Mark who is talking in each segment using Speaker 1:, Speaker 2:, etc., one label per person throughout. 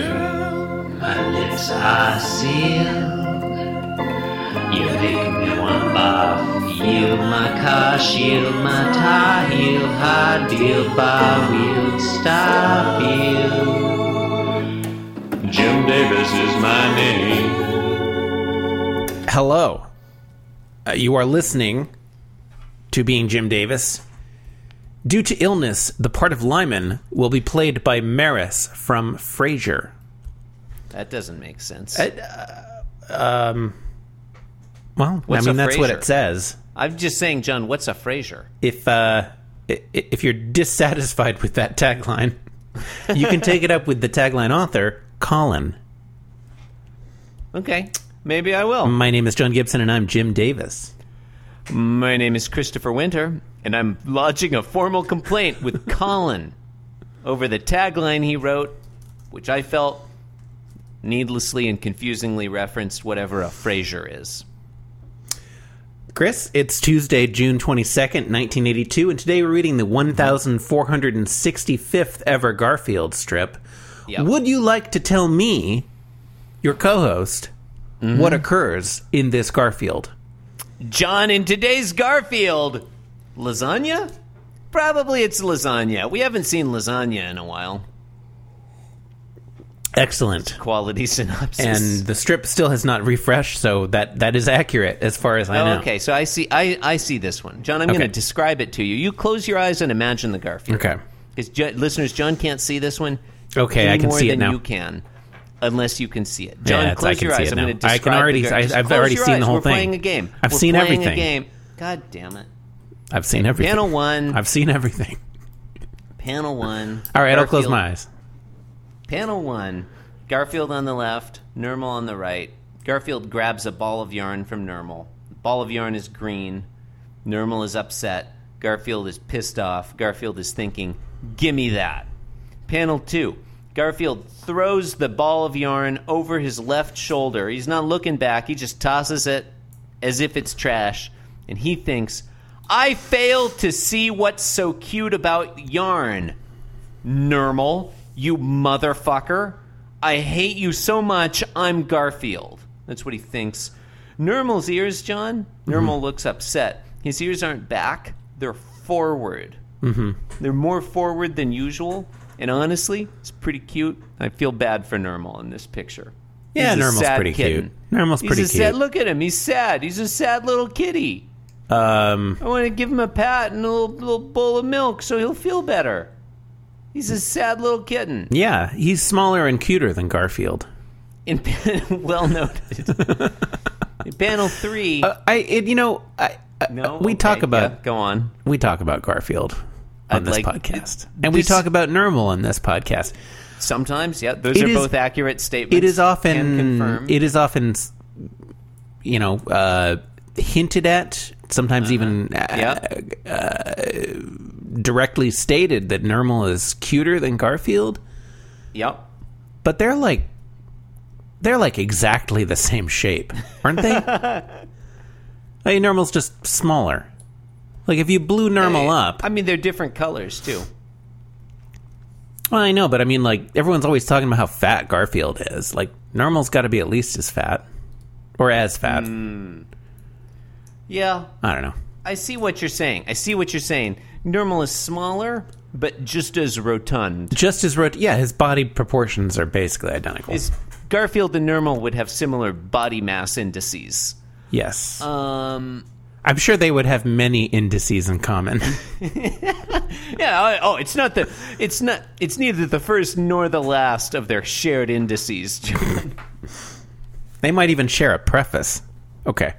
Speaker 1: Girl, my lips are sealed. You make me wanna barf. Yield my car, shield my tie, heel, hard deal, bar wheel, stop you. Jim Davis is my name.
Speaker 2: Hello. Uh, you are listening to Being Jim Davis. Due to illness, the part of Lyman will be played by Maris from Frasier.
Speaker 3: That doesn't make sense.
Speaker 2: Well, I
Speaker 3: What's
Speaker 2: mean
Speaker 3: a
Speaker 2: that's what
Speaker 3: Frasier?
Speaker 2: it says.
Speaker 3: I'm just saying, John, what's a Frasier?
Speaker 2: If uh, i- i- if you're dissatisfied with that tagline, you can take it up with the tagline author Colin.
Speaker 3: Okay, maybe I will.
Speaker 2: My name is John Gibson, and I'm Jim Davis.
Speaker 3: My name is Christopher Winter, and I'm lodging a formal complaint with Colin over the tagline he wrote, which I felt needlessly and confusingly referenced whatever a Frasier is.
Speaker 2: Chris, it's Tuesday, June 22nd, 1982, and today we're reading the 1465th ever Garfield strip.
Speaker 3: Yep.
Speaker 2: Would you like to tell me, your co host,
Speaker 3: Mm-hmm.
Speaker 2: what occurs in this Garfield?
Speaker 3: John, in today's Garfield, lasagna? Probably it's lasagna. We haven't seen lasagna in a while.
Speaker 2: Excellent.
Speaker 3: Quality synopsis.
Speaker 2: And the strip still has not refreshed, so that, that is accurate as far as I
Speaker 3: Oh,
Speaker 2: know.
Speaker 3: okay, so I see. I, I see this one, John. I'm
Speaker 2: Okay.
Speaker 3: going to describe it to you. You close your eyes and imagine the Garfield.
Speaker 2: Okay.
Speaker 3: Because listeners, John can't see this one.
Speaker 2: Okay,
Speaker 3: any
Speaker 2: I can
Speaker 3: more
Speaker 2: see it
Speaker 3: than
Speaker 2: now.
Speaker 3: You can, unless you can see it. John,
Speaker 2: Yeah, it's- I
Speaker 3: close
Speaker 2: can
Speaker 3: your
Speaker 2: see
Speaker 3: eyes.
Speaker 2: it
Speaker 3: I'm
Speaker 2: now.
Speaker 3: going to
Speaker 2: I
Speaker 3: describe.
Speaker 2: can already-
Speaker 3: The Gar-
Speaker 2: I-
Speaker 3: Just
Speaker 2: I've
Speaker 3: close
Speaker 2: already
Speaker 3: your
Speaker 2: seen
Speaker 3: eyes.
Speaker 2: the whole
Speaker 3: We're
Speaker 2: thing.
Speaker 3: playing a game.
Speaker 2: I've
Speaker 3: We're
Speaker 2: seen
Speaker 3: playing
Speaker 2: everything.
Speaker 3: A game. God damn it.
Speaker 2: I've seen everything.
Speaker 3: Panel one.
Speaker 2: I've seen everything.
Speaker 3: Panel one.
Speaker 2: All right, I'll close
Speaker 3: Garfield-
Speaker 2: my eyes.
Speaker 3: Panel one. Garfield on the left. Normal on the right. Garfield grabs a ball of yarn from Normal. The ball of yarn is green. Normal is upset. Garfield is pissed off. Garfield is thinking, "Gimme that." Panel two. Garfield throws the ball of yarn over his left shoulder. He's not looking back. He just tosses it as if it's trash. And he thinks, I fail to see what's so cute about yarn. Normal, you motherfucker. I hate you so much, I'm Garfield. That's what he thinks. Normal's ears, John, Normal
Speaker 2: Mm-hmm.
Speaker 3: looks upset. His ears aren't back, they're forward.
Speaker 2: Mm-hmm.
Speaker 3: They're more forward than usual, and honestly, it's pretty cute. I feel bad for Normal in this picture.
Speaker 2: Yeah,
Speaker 3: He's a
Speaker 2: Normal's
Speaker 3: sad
Speaker 2: pretty
Speaker 3: kitten.
Speaker 2: cute. Normal's
Speaker 3: He's
Speaker 2: pretty
Speaker 3: a sad-
Speaker 2: cute.
Speaker 3: look at him. He's sad. He's a sad little kitty.
Speaker 2: Um,
Speaker 3: I want to give him a pat and a little, little bowl of milk so he'll feel better. He's a sad little kitten.
Speaker 2: yeah, he's smaller and cuter than Garfield.
Speaker 3: In pan- well noted. In panel three.
Speaker 2: I, it, you know, I, I-
Speaker 3: no,
Speaker 2: Uh, we
Speaker 3: okay,
Speaker 2: talk about
Speaker 3: yeah, go on.
Speaker 2: we talk about Garfield on
Speaker 3: I'd
Speaker 2: this
Speaker 3: like-
Speaker 2: podcast, and we
Speaker 3: this-
Speaker 2: talk about Normal on this podcast.
Speaker 3: Sometimes, yeah, those
Speaker 2: It
Speaker 3: are
Speaker 2: is-
Speaker 3: both accurate statements.
Speaker 2: It is
Speaker 3: Can
Speaker 2: often,
Speaker 3: confirm.
Speaker 2: it is often, you know, uh, hinted at. Sometimes even
Speaker 3: Uh-huh.
Speaker 2: uh,
Speaker 3: yeah.
Speaker 2: directly stated that Normal is cuter than Garfield,
Speaker 3: Yep.
Speaker 2: but they're like, they're like exactly the same shape, aren't they? I mean, Normal's just smaller. Like if you blew Normal up,
Speaker 3: I mean, they're different colors too.
Speaker 2: Well, I know, but I mean, like everyone's always talking about how fat Garfield is. Like Normal's got to be at least as fat, or as fat.
Speaker 3: Mm. Yeah,
Speaker 2: I don't know.
Speaker 3: I see what you're saying. I see what you're saying. Normal is smaller, but just as rotund.
Speaker 2: Just as rot. Yeah, his body proportions are basically identical.
Speaker 3: Is Garfield and Normal would have similar body mass indices.
Speaker 2: yes,
Speaker 3: Um,
Speaker 2: I'm sure they would have many indices in common.
Speaker 3: yeah. I, oh, it's not the. It's not. It's neither the first nor the last of their shared indices. John.
Speaker 2: they might even share a preface. Okay.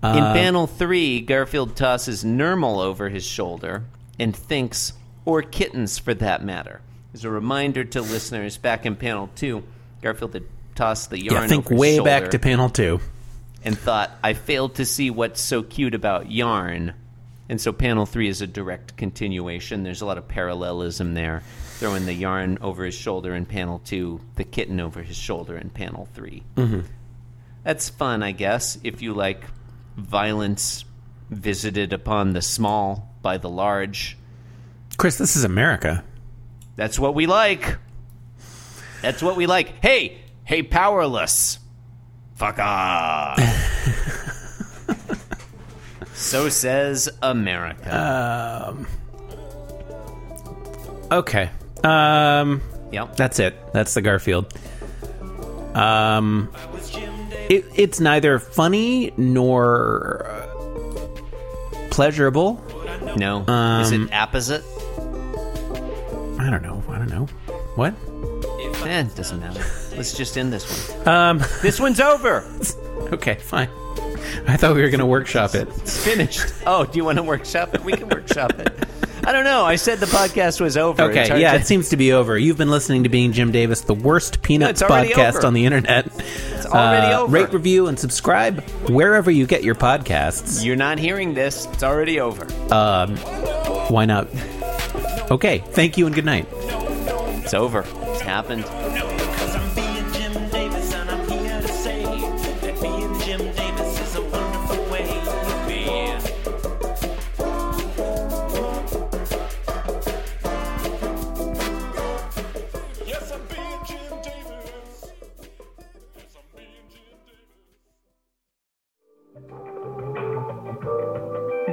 Speaker 3: In
Speaker 2: Uh.
Speaker 3: panel three, Garfield tosses Nermal over his shoulder and thinks, or kittens for that matter. As a reminder to listeners, back in panel two, Garfield had tossed the yarn
Speaker 2: Yeah, think
Speaker 3: over his
Speaker 2: way
Speaker 3: shoulder
Speaker 2: back to panel two.
Speaker 3: and thought, I failed to see what's so cute about yarn. And so panel three is a direct continuation. There's a lot of parallelism there. Throwing the yarn over his shoulder in panel two, the kitten over his shoulder in panel 3 That's fun, I guess, if you like violence visited upon the small by the large.
Speaker 2: Chris, this is America.
Speaker 3: That's what we like. That's what we like. Hey, hey, powerless. Fuck off. so says America.
Speaker 2: Okay. Um,
Speaker 3: yep.
Speaker 2: that's it. That's the Garfield. Um, it, it's neither funny nor uh, pleasurable.
Speaker 3: no. Is it apposite?
Speaker 2: I don't know. I don't know. What?
Speaker 3: Eh, it doesn't matter. Let's just end this one.
Speaker 2: Um,
Speaker 3: This one's over.
Speaker 2: okay, fine. I thought we were going to workshop it.
Speaker 3: It's finished. Oh, do you want to workshop it? We can workshop it. I don't know. I said the podcast was over. It's
Speaker 2: Okay,
Speaker 3: hard
Speaker 2: yeah,
Speaker 3: to-
Speaker 2: it seems to be over. You've been listening to Being Jim Davis, the worst peanuts
Speaker 3: it's already
Speaker 2: podcast
Speaker 3: over.
Speaker 2: on the internet. It's
Speaker 3: already over.
Speaker 2: Rate, review, and subscribe wherever you get your podcasts.
Speaker 3: You're not hearing this. It's already over.
Speaker 2: Why not? Okay, thank you and good night.
Speaker 3: It's over. It's happened.
Speaker 4: Cause I'm being Jim Davis and I'm here to say that being Jim Davis is a wonderful way to be. Yes, I'm being Jim Davis. Yes, I'm being Jim Davis.